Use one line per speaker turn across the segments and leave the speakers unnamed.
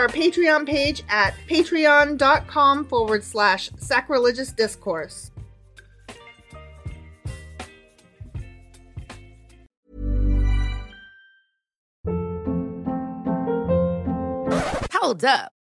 our Patreon page at patreon.com forward slash sacrilegious discourse.
Hold up.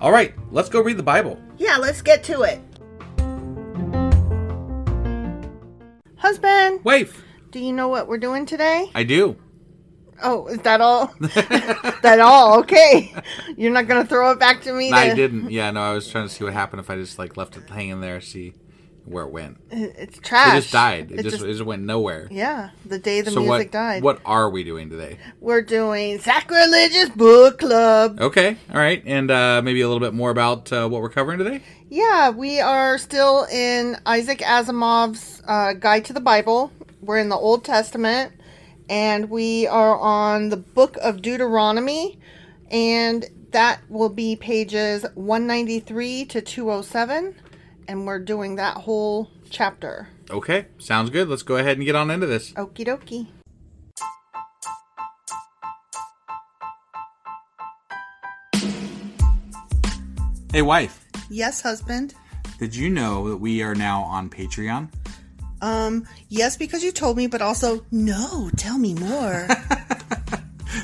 All right, let's go read the Bible.
Yeah, let's get to it. Husband,
Wife,
do you know what we're doing today?
I do.
Oh, is that all? that all? Okay. You're not going to throw it back to me?
No, I
to-
didn't. Yeah, no, I was trying to see what happened if I just like left it hanging there, see where it went.
It's trash.
It just died. It, just, it just went nowhere.
yeah, the day the
so
music
what?
died.
What are we doing today?
We're doing sacrilegious book club.
Okay, all right, and uh, maybe a little bit more about uh, what we're covering today.
Yeah, we are still in Isaac Asimov's uh, Guide to the Bible. We're in the Old Testament, and we are on the book of Deuteronomy, and that will be pages 193 to 207, and we're doing that whole chapter.
Okay, sounds good. Let's go ahead and get on into this.
Okie dokie.
Hey, wife,
Yes, husband.
did you know that we are now on Patreon?
Um, yes, because you told me, but also, no, tell me more.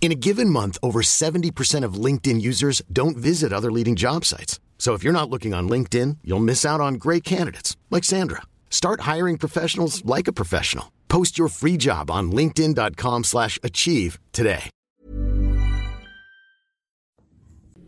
In a given month, over 70% of LinkedIn users don't visit other leading job sites. So if you're not looking on LinkedIn, you'll miss out on great candidates like Sandra. Start hiring professionals like a professional. Post your free job on linkedin.com/achieve slash achieve today.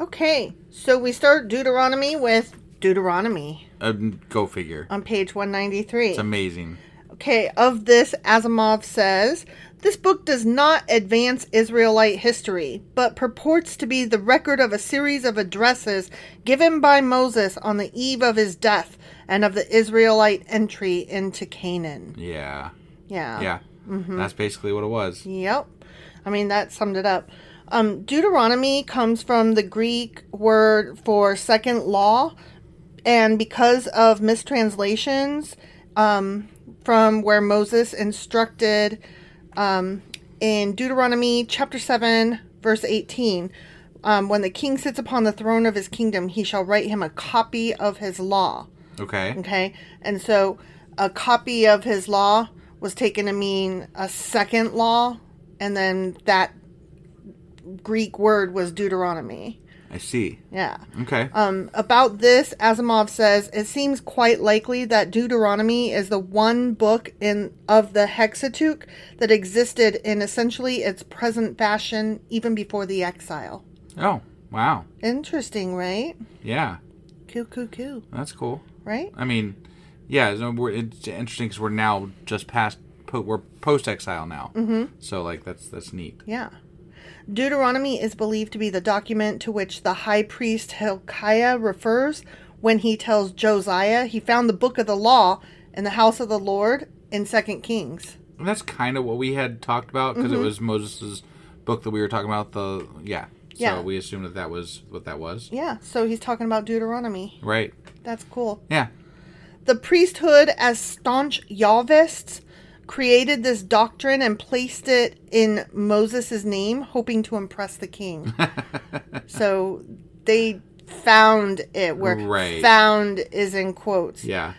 Okay. So we start Deuteronomy with Deuteronomy
Um, go figure.
on page 193.
It's amazing.
Okay, of this, Asimov says this book does not advance Israelite history, but purports to be the record of a series of addresses given by Moses on the eve of his death and of the Israelite entry into Canaan.
Yeah.
Yeah.
Yeah. That's basically what it was.
Yep. I mean, that summed it up. Um, Deuteronomy comes from the Greek word for second law, and because of mistranslations um, from where Moses instructed um, in Deuteronomy chapter 7, verse 18. Um, when the king sits upon the throne of his kingdom, he shall write him a copy of his law.
Okay.
Okay. And so a copy of his law was taken to mean a second law. And then that Greek word was Deuteronomy.
I see.
Yeah.
Okay.
Um, about this, Asimov says it seems quite likely that Deuteronomy is the one book in of the Hexateuch that existed in essentially its present fashion even before the exile.
oh, wow.
Interesting, right?
Yeah.
Coo, coo, coo.
That's cool.
Right?
I mean, yeah, no, we're, it's interesting because we're now just past, po- we're post exile now. Mm-hmm. So, like, that's that's neat.
Yeah. Deuteronomy is believed to be the document to which the high priest Hilkiah refers when he tells Josiah he found the book of the law in the house of the Lord in 2 Kings.
And that's kind of what we had talked about because
Mm-hmm.
it was Moses' book that we were talking about. The Yeah. So
Yeah.
we assumed that that was what that was.
Yeah, so he's talking about Deuteronomy.
Right.
That's cool.
Yeah.
The priesthood, as staunch Yahvists, created this doctrine and placed it in Moses' name, hoping to impress the king. so they found it where
Right.
found is in quotes.
Yeah.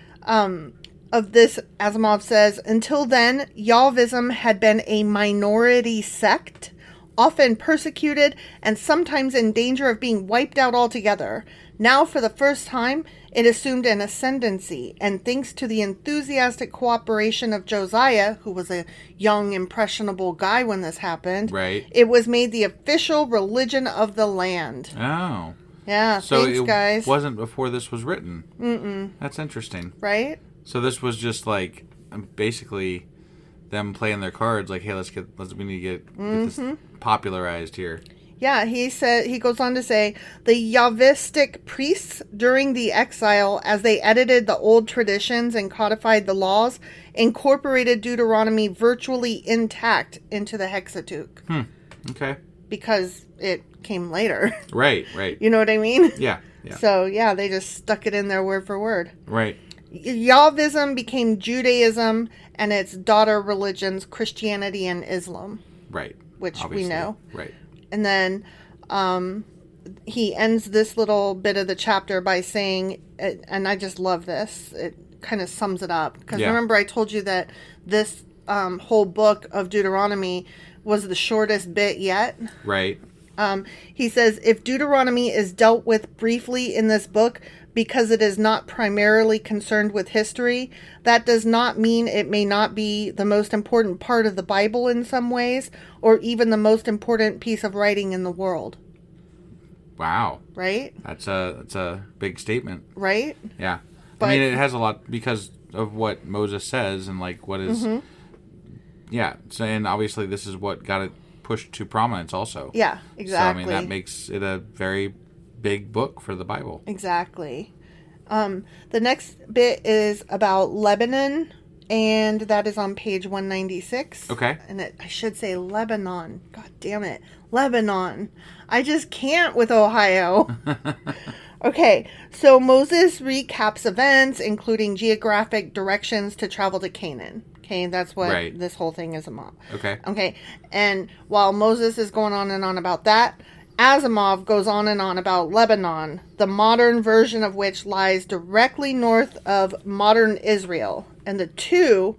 Of this, Asimov says, until then, Yahvism had been a minority sect, often persecuted and sometimes in danger of being wiped out altogether. Now, for the first time, it assumed an ascendancy, and thanks to the enthusiastic cooperation of Josiah, who was a young, impressionable guy when this happened,
Right.
it was made the official religion of the land.
Oh.
Yeah,
So
thanks,
it
guys.
wasn't before this was written. Mm-mm. That's interesting.
right?
So this was just like um, basically them playing their cards, like, hey, let's get let's we need to get, get this
Mm-hmm.
popularized here.
Yeah, he said he goes on to say the Yahvistic priests during the exile, as they edited the old traditions and codified the laws, incorporated Deuteronomy virtually intact into the Hexateuch
Hmm. Okay,
because it came later.
right, right,
you know what I mean?
yeah, yeah,
So yeah, they just stuck it in there word for word.
right.
Yahvism became Judaism and its daughter religions, Christianity and Islam.
Right.
Which we know.
Right.
And then um, he ends this little bit of the chapter by saying, and I just love this. It kind of sums it up. Because
Yeah.
remember, I told you that this um, whole book of Deuteronomy was the shortest bit yet.
Right.
Um, he says if Deuteronomy is dealt with briefly in this book because it is not primarily concerned with history, that does not mean it may not be the most important part of the Bible in some ways, or even the most important piece of writing in the world.
Wow.
Right?
That's a that's a big statement.
Right?
Yeah.
But-
I mean, it has a lot because of what Moses says and like what is-
Mm-hmm.
Yeah. So and obviously this is what got it pushed to prominence also.
Yeah, exactly.
So I mean that makes it a very big book for the Bible.
Exactly. Um, the next bit is about Lebanon, and that is on page 196.
Okay.
And it, I should say Lebanon. God damn it. Lebanon. I just can't with Ohio. okay, so Moses recaps events, including geographic directions to travel to Canaan. Okay, that's what
Right.
this whole thing is about.
Okay.
Okay. And while Moses is going on and on about that, Asimov goes on and on about Lebanon, the modern version of which lies directly north of modern Israel. And the two,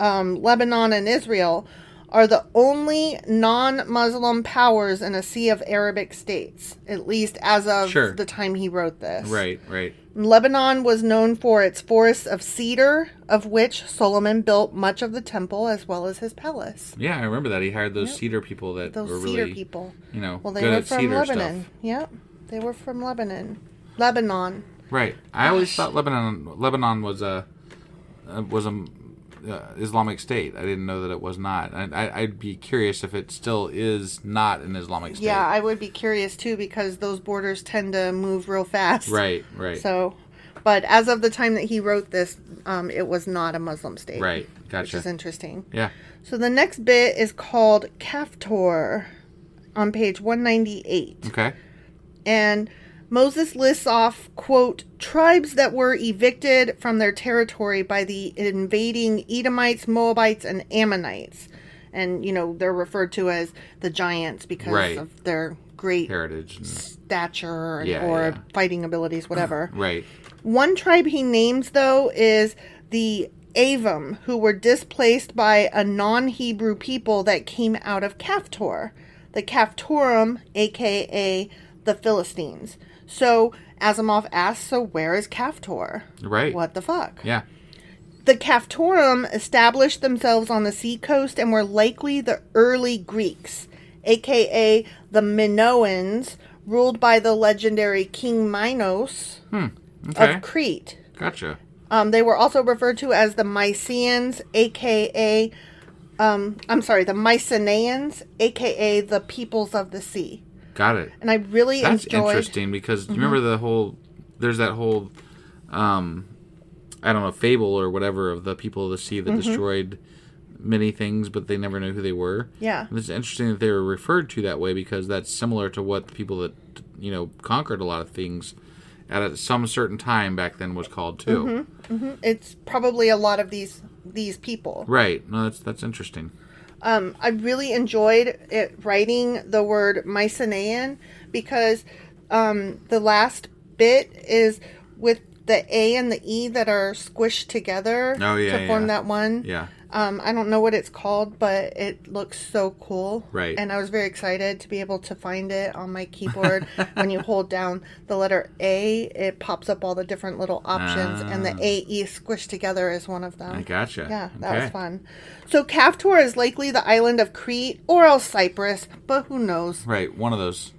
um, Lebanon and Israel, are the only non Muslim powers in a sea of Arabic states, at least as of
Sure.
the time he wrote this.
Right. Right.
Lebanon was known for its forests of cedar, of which Solomon built much of the temple as well as his palace.
Yeah, I remember that he hired those cedar people that
Those
were
cedar
really
people.
you know
Well, they
good
were
at
from
cedar
Lebanon.
stuff.
Yep, they were from Lebanon. Lebanon.
Right. I always thought Lebanon Lebanon was a uh, was a uh, Islamic state. I didn't know that it was not. I, I, I'd be curious if it still is not an Islamic state.
Yeah, I would be curious too because those borders tend to move real fast.
right. Right.
So, but as of the time that he wrote this, um, it was not a Muslim state.
right.
Which is
Gotcha.
interesting.
Yeah.
So the next bit is called Kaftor, on page one ninety eight.
Okay.
and Moses lists off, quote, tribes that were evicted from their territory by the invading Edomites, Moabites, and Ammonites. And, you know, they're referred to as the giants because
Right.
of their great
Heritage. and-
stature and-
Yeah,
or
yeah. Uh-huh.
fighting abilities, whatever.
right.
One tribe he names, though, is the Avim, who were displaced by a non Hebrew people that came out of Kaftor, the Kaftorim, aka the Philistines. So Asimov asks, So where is Kaftor?
Right.
What the fuck?
Yeah.
The Kaftorum established themselves on the seacoast and were likely the early Greeks, aka the Minoans, ruled by the legendary King Minos
Hmm. Okay.
of Crete.
Gotcha.
Um, they were also referred to as the Mycenaeans, aka, um, I'm sorry, the Mycenaeans, aka the peoples of the sea.
Got it.
And I really
That's
enjoyed. Mm-hmm.
interesting because you remember the whole there's that whole um I don't know fable or whatever of the people of the sea that
Mm-hmm.
destroyed many things but they never knew who they were.
Yeah.
And it's interesting that they were referred to that way because that's similar to what the people that you know conquered a lot of things at a, some certain time back then was called too.
Mm-hmm. It's probably a lot of these these people.
Right. No, that's that's interesting.
um, I really enjoyed it writing the word Mycenaean because um, the last bit is with the A and the E that are squished together
Oh, yeah,
to form
yeah.
that one.
Yeah.
Um, I don't know what it's called, but it looks so cool.
Right.
And I was very excited to be able to find it on my keyboard. when you hold down the letter A, it pops up all the different little options, and the A E squished together is one of them.
I gotcha.
Yeah, that was
Okay.
fun. So Kaftor is likely the island of Crete or else Cyprus, but who knows?
Right, one of those.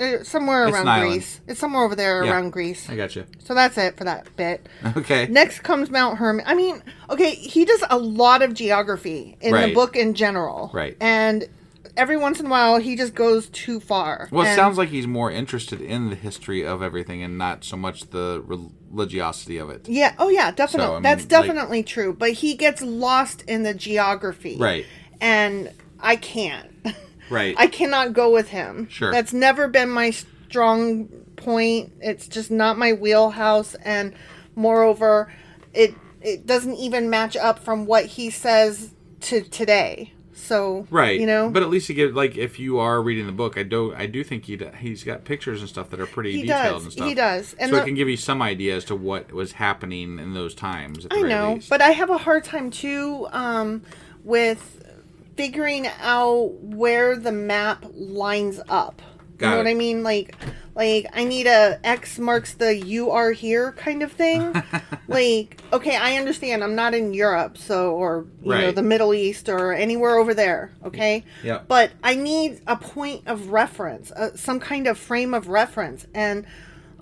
Uh, Somewhere
It's
around
an island.
Greece. It's somewhere over there
Yeah.
around Greece.
I gotcha.
So that's it for that bit.
Okay.
Next comes Mount Hermon. I mean, okay, he does a lot of geography in the
Right.
book in general.
Right.
And every once in a while, he just goes too far.
Well, it
And-
sounds like he's more interested in the history of everything and not so much the religiosity of it.
Yeah. Oh, yeah.
I
Definitely.
mean,
That's
like-
definitely true. But he gets lost in the geography.
Right.
And I can't.
Right.
I cannot go with him.
Sure.
That's never been my strong point. It's just not my wheelhouse and moreover it it doesn't even match up from what he says to today. So
Right.
you know,
But at least you get like if you are reading the book, I do I do think he d- he's got pictures and stuff that are pretty
He
detailed
does.
and stuff.
He does. And
so
the-
it can give you some idea as to what was happening in those times. At the
I
very
know,
least.
but I have a hard time too um, with figuring out where the map lines up.
Got
you know
it.
what I mean? Like, like I need a X marks the you are here kind of thing. like, okay, I understand. I'm not in Europe, so or you know
Right.
the Middle East or anywhere over there. Okay,
Yeah.
But I need a point of reference, uh, some kind of frame of reference, and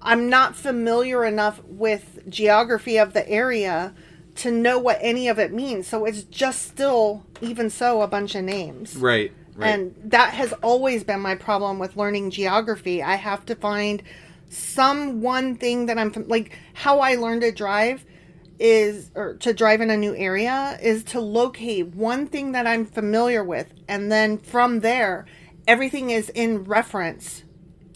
I'm not familiar enough with geography of the area to know what any of it means. So it's just still, even so, a bunch of names.
right, right.
And that has always been my problem with learning geography. I have to find some one thing that I'm fam- like how I learned to drive is or to drive in a new area is to locate one thing that I'm familiar with and then from there everything is in reference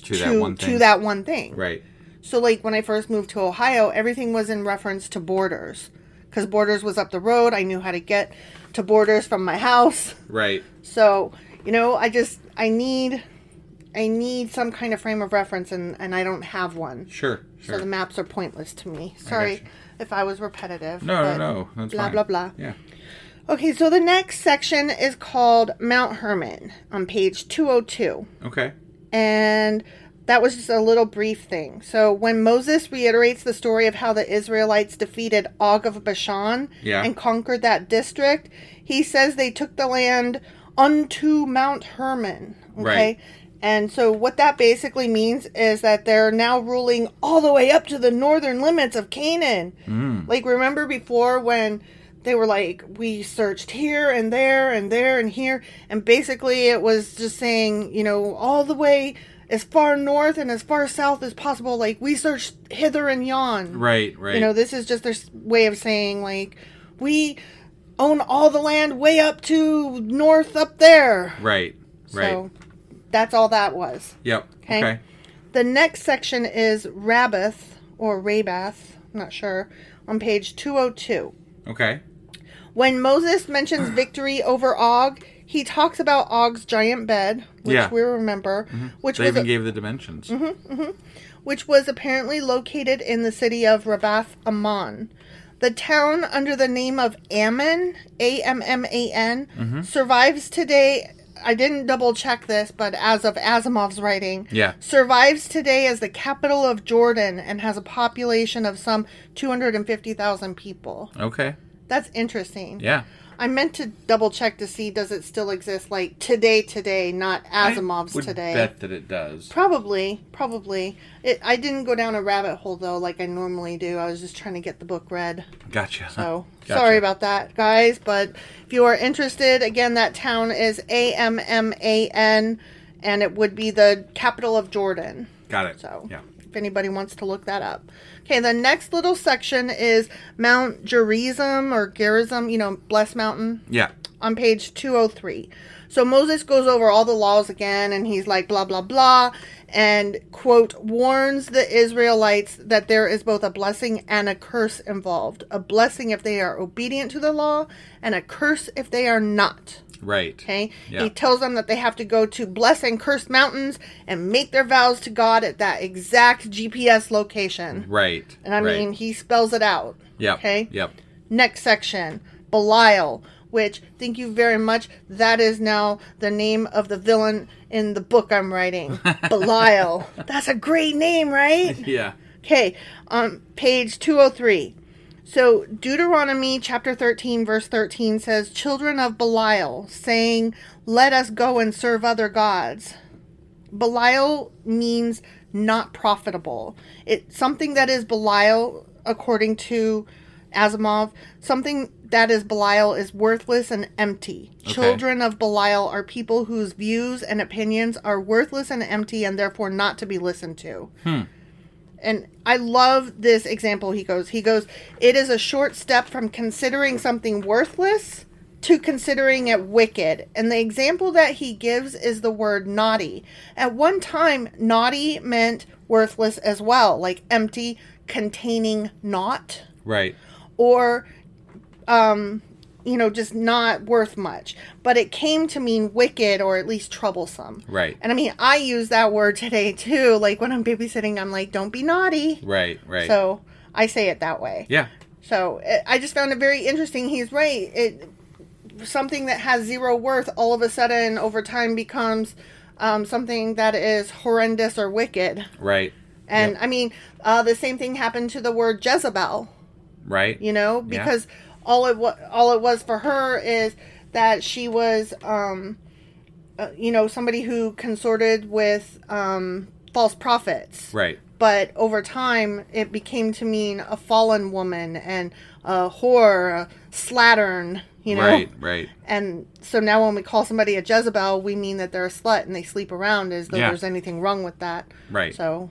to,
to
that one thing.
to that one thing.
Right.
So, like when I first moved to Ohio, everything was in reference to Borders because Borders was up the road. I knew how to get to Borders from my house.
Right.
So, you know, I just I need I need some kind of frame of reference, and and I don't have one.
Sure.
So
Sure.
the maps are pointless to me. Sorry
gotcha.
if I was repetitive.
no,
but
no, no. That's
blah
fine.
blah blah.
Yeah.
Okay, so the next section is called Mount Hermon on page two hundred two
Okay.
and that was just a little brief thing. So when Moses reiterates the story of how the Israelites defeated Og of Bashan
Yeah.
and conquered that district, he says they took the land unto Mount Hermon. Okay.
Right.
And so what that basically means is that they're now ruling all the way up to the northern limits of Canaan.
Hmm.
Like remember before when they were like we searched here and there and there and here and basically it was just saying, you know, all the way as far north and as far south as possible like we searched hither and yon.
Right. Right.
You know, this is just their s- way of saying like we own all the land way up to north up there.
right. Right.
So that's all that was.
yep.
Okay.
Okay.
The next section is Rabbath or Rabath, I'm not sure, on page 202.
Okay.
When Moses mentions victory over Og, he talks about Og's giant bed, which
Yeah. Mm-hmm.
we remember, which
They
was
even gave the dimensions.
Mm-hmm. which was apparently located in the city of Rabath Ammon. The town under the name of Ammon, A M M A
Mm-hmm.
N, survives today. I didn't double check this, but as of Asimov's writing,
Yeah.
survives today as the capital of Jordan and has a population of some 250,000 people.
Okay.
That's interesting.
Yeah.
I meant to double check to see does it still exist like today today, not Asimov's
I would
today.
Bet that it does.
Probably, probably. It, I didn't go down a rabbit hole though, like I normally do. I was just trying to get the book read.
Gotcha.
So
Uh-huh. Gotcha.
sorry about that, guys. But if you are interested, again, that town is A M M A N, and it would be the capital of Jordan.
Got it.
So
yeah.
if anybody wants to look that up. Okay, the next little section is Mount Gerizim or Gerizim, you know, Blessed Mountain
Yeah.
on page 203. So Moses goes over all the laws again and he's like, blah, blah, blah, and quote, warns the Israelites that there is both a blessing and a curse involved. A blessing if they are obedient to the law, and a curse if they are not.
Right.
Okay?
Yeah.
He tells them that they have to go to blessed and cursed mountains and make their vows to God at that exact GPS location.
Right.
And I
right.
mean, he spells it out.
Yep.
Okay?
Yep.
Next section, Belial, which thank you very much. That is now the name of the villain in the book I'm writing. Belial. That's a great name, right?
Yeah.
Okay, on page 203. So Deuteronomy chapter 13, verse 13 says, Children of Belial, saying, Let us go and serve other gods. Belial means not profitable. It's something that is Belial, according to Asimov, something that is Belial is worthless and empty. Children of Belial are people whose views and opinions are worthless and empty and therefore not to be listened to and I love this example he goes he goes it is a short step from considering something worthless to considering it wicked and the example that he gives is the word naughty at one time naughty meant worthless as well like empty containing naught
Right.
or um you know, just not worth much. But it came to mean wicked or at least troublesome.
Right.
And I mean, I use that word today too. Like when I'm babysitting, I'm like, don't be naughty.
Right, right.
So I say it that way.
yeah.
So it, I just found it very interesting. He's right. It something that has zero worth all of a sudden over time becomes um, something that is horrendous or wicked.
Right.
And I mean, uh, the same thing happened to the word Jezebel.
Right.
You know,
Yeah.
because all it wa- all it was for her is that she was, um, uh, you know, somebody who consorted with um, false prophets
Right.
but over time it became to mean a fallen woman and a whore, a slattern, you know.
Right. Right.
And so now when we call somebody a Jezebel, we mean that they're a slut and they sleep around as though
Yeah.
there's anything wrong with that.
Right.
So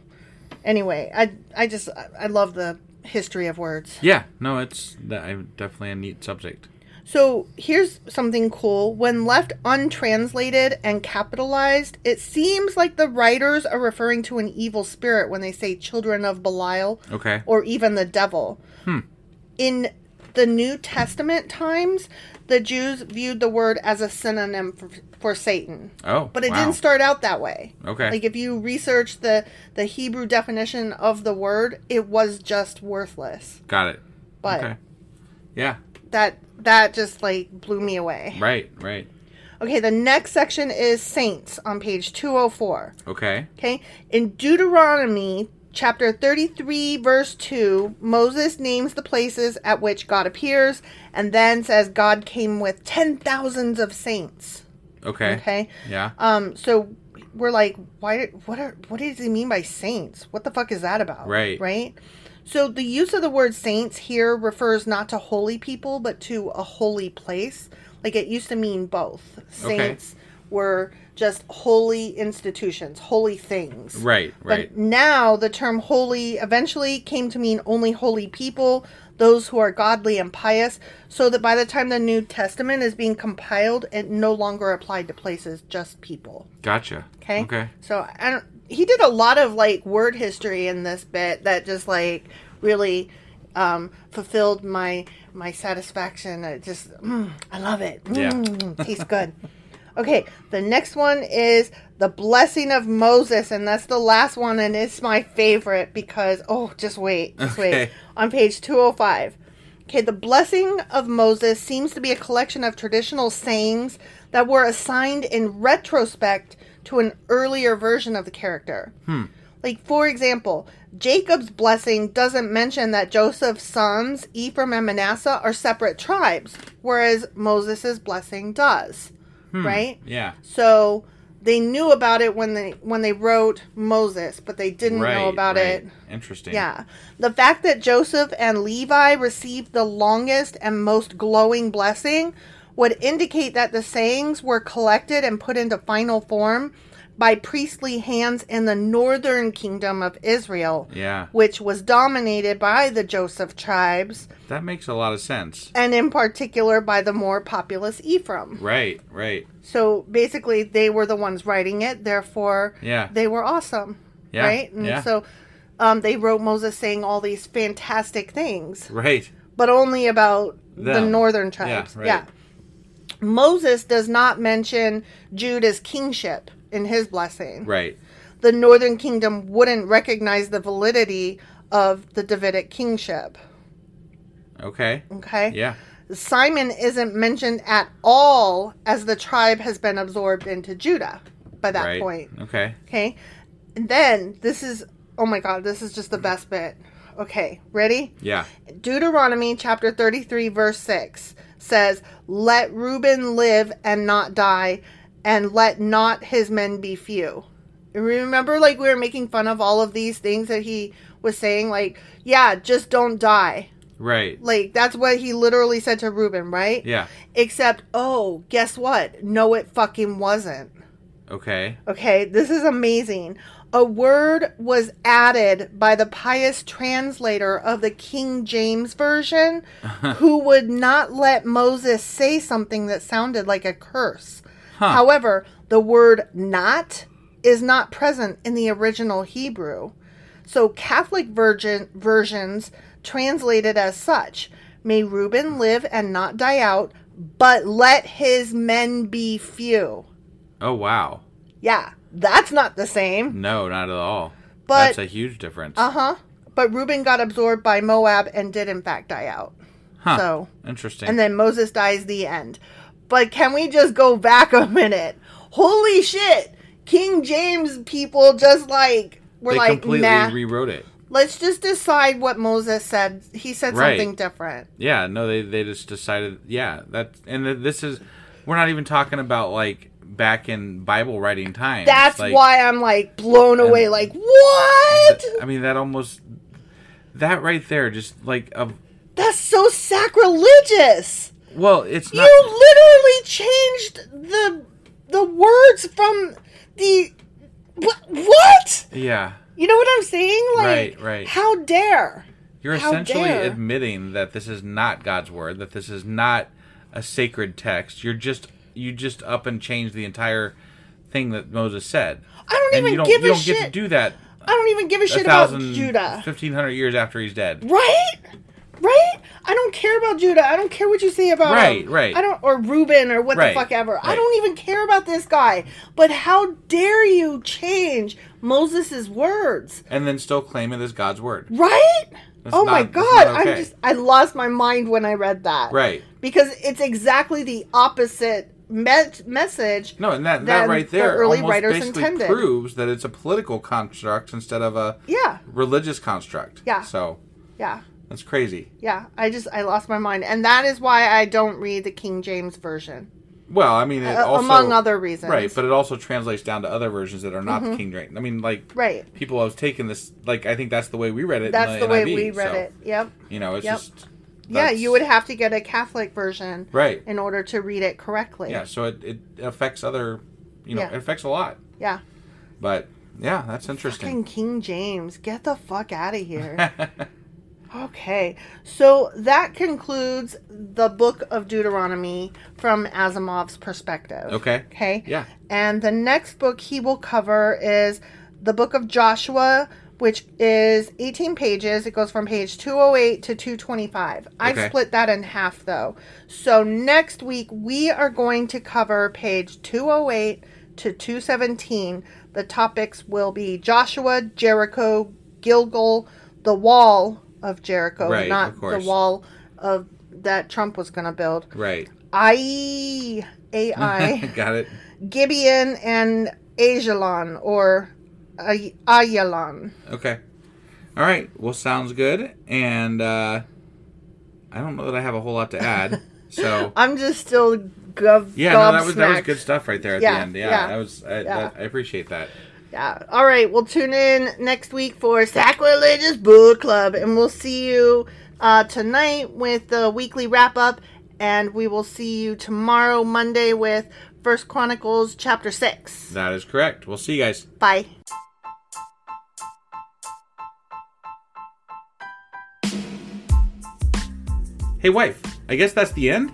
anyway, I I just I- I love the history of words.
Yeah. No, it's that. I definitely a neat subject.
So here's something cool. When left untranslated and capitalized, it seems like the writers are referring to an evil spirit when they say children of Belial
Okay.
or even the devil.
Hmm.
In the New Testament times, the Jews viewed the word as a synonym for, for Satan.
Oh,
But it
wow.
didn't start out that way.
Okay.
Like if you research the, the Hebrew definition of the word, it was just worthless.
Got it.
But
Okay. Yeah.
that that just like blew me away.
Right. Right.
Okay, the next section is saints on page 204.
Okay.
Okay, in Deuteronomy chapter 33, verse 2, Moses names the places at which God appears and then says God came with 10,000s of saints.
Okay.
Okay.
Yeah.
Um, so we're like, why? Did, what are? What does he mean by saints? What the fuck is that about?
Right.
Right. So the use of the word saints here refers not to holy people, but to a holy place. Like it used to mean both.
Okay.
Saints were just holy institutions, holy things.
Right, right.
But now the term holy eventually came to mean only holy people, those who are godly and pious, so that by the time the New Testament is being compiled, it no longer applied to places, just people.
gotcha.
Okay.
Okay.
So I don't. He did a lot of like word history in this bit that just like really um, fulfilled my my satisfaction. It just mm, I love it.
Yeah.
Mm, tastes good. Okay, the next one is the blessing of Moses, and that's the last one, and it's my favorite because oh, just wait, just wait.
Okay.
On page two hundred five. Okay, the blessing of Moses seems to be a collection of traditional sayings that were assigned in retrospect to an earlier version of the character. Like, for example, Jacob's blessing doesn't mention that Joseph's sons, Ephraim and Manasseh, are separate tribes, whereas Moses' blessing does. Right?
Yeah.
So they knew about it when they when they wrote Moses, but they didn't
Right.
know about
right.
it
Interesting.
yeah. The fact that Joseph and Levi received the longest and most glowing blessing would indicate that the sayings were collected and put into final form by priestly hands in the northern kingdom of Israel,
Yeah.
which was dominated by the Joseph tribes,
That makes a lot of sense.
and in particular by the more populous Ephraim.
Right. Right.
So basically, they were the ones writing it, therefore,
Yeah.
they were awesome.
Yeah,
Right? And
yeah.
so um, they wrote Moses saying all these fantastic things
Right.
but only about the
Them.
northern tribes. Yeah,
Yeah, right.
Moses does not mention Judah's kingship in his blessing.
Right.
The northern kingdom wouldn't recognize the validity of the Davidic kingship.
Okay.
Okay?
Yeah.
Simon isn't mentioned at all as the tribe has been absorbed into Judah by that
right.
point.
Okay.
Okay? And then this is oh my god, this is just the best bit. Okay, ready?
Yeah.
Deuteronomy chapter 33, verse 6 says, Let Reuben live and not die, and let not his men be few. Remember, like, we were making fun of all of these things that he was saying, like, yeah, just don't die.
Right.
Like, that's what he literally said to Reuben, right?
Yeah.
Except, oh, guess what? No, it fucking wasn't.
Okay.
Okay, this is amazing. A word was added by the pious translator of the King James Version who would not let Moses say something that sounded like a curse. However, the word not is not present in the original Hebrew. So Catholic virgin, versions translated as such May Reuben live and not die out, but let his men be few.
Oh wow.
Yeah, that's not the same.
No, not at all.
But-
that's a huge difference.
Uh huh. But Reuben got absorbed by Moab and did, in fact, die out.
huh.
So,
Interesting.
and then Moses dies the end. But can we just go back a minute? Holy shit! King James people just like were
they
like,
completely
nah.
rewrote it.
let's just decide what Moses said. He said
Right.
something different.
Yeah, no, they they just decided. Yeah, that and th- this is we're not even talking about like back in Bible writing time.
That's
like,
why I'm like blown away. Like what?
I mean, that almost that right there, just like a
That's so sacrilegious.
well, it's not.
You literally changed the the words from the what? what?
yeah,
You know what I'm saying? Like,
Right, right.
How dare?
you're
How
essentially
dare.
admitting that this is not God's word, that this is not a sacred text. You're just you just up and change the entire thing that Moses said.
I don't
and
even
you don't,
give
you
a
don't
shit.
get to do that.
I don't even give a shit about Judah.
1500 years after he's dead.
Right? Right? I don't care about Judah. I don't care what you say about
Right,
him.
right.
I don't or Reuben or what
Right,
the fuck ever. I
right.
don't even care about this guy. But how dare you change Moses' words?
and then still claim it as God's word.
Right?
That's
oh my
not- that's
god,
not
I'm
okay.
just I lost my mind when I read that.
Right.
Because it's exactly the opposite me- message.
No, and that,
That
that right
the
there
early
almost
writers
basically
intended.
proves that it's a political construct instead of a
Yeah.
religious construct.
Yeah.
So
Yeah.
that's crazy.
Yeah, I just I lost my mind, and that is why I don't read the King James version.
Well, I mean, it
Uh,
also,
among other reasons.
right? But it also translates down to other versions that are not the King James. I mean, like
Mm-hmm. Right.
people have taken this. Like I think that's the way we read it. in
That's the, way
NIV,
we read
so,
it. Yep.
You know, it's
Yep.
just
Yeah,
that's-
you would have to get a Catholic version,
Right.
in order to read it correctly.
Yeah, so it, it affects other. You know,
Yeah.
it affects a lot.
Yeah.
But yeah, that's interesting.
Fucking King James, get the fuck out of here. okay, so that concludes the book of Deuteronomy from Asimov's perspective.
Okay.
Okay.
Yeah.
And the next book he will cover is the book of Joshua, which is 18 pages. It goes from page 208 to 225. I've
Okay.
split that in half though. So next week we are going to cover page 208 to 217. The topics will be Joshua, Jericho, Gilgal, the wall of Jericho,
Right,
not
of
the
course.
wall of that Trump was going to build.
Right.
I AI
Got it.
Gibeon and Ajalon or Ay- Ayalon.
Okay. All right. Well, sounds good. And uh, I don't know that I have a whole lot to add. So
I'm just still gov.
yeah, no, that was that was
gobsmacked.
good stuff right there at
Yeah,
the end. Yeah,
yeah,
that was. I, That, I appreciate that.
Yeah. All right. We'll tune in next week for Sacrilegious Book Club, and we'll see you uh, tonight with the weekly wrap up, and we will see you tomorrow, Monday, with First Chronicles chapter six.
That is correct. We'll see you guys.
Bye.
Hey, wife. I guess that's the end.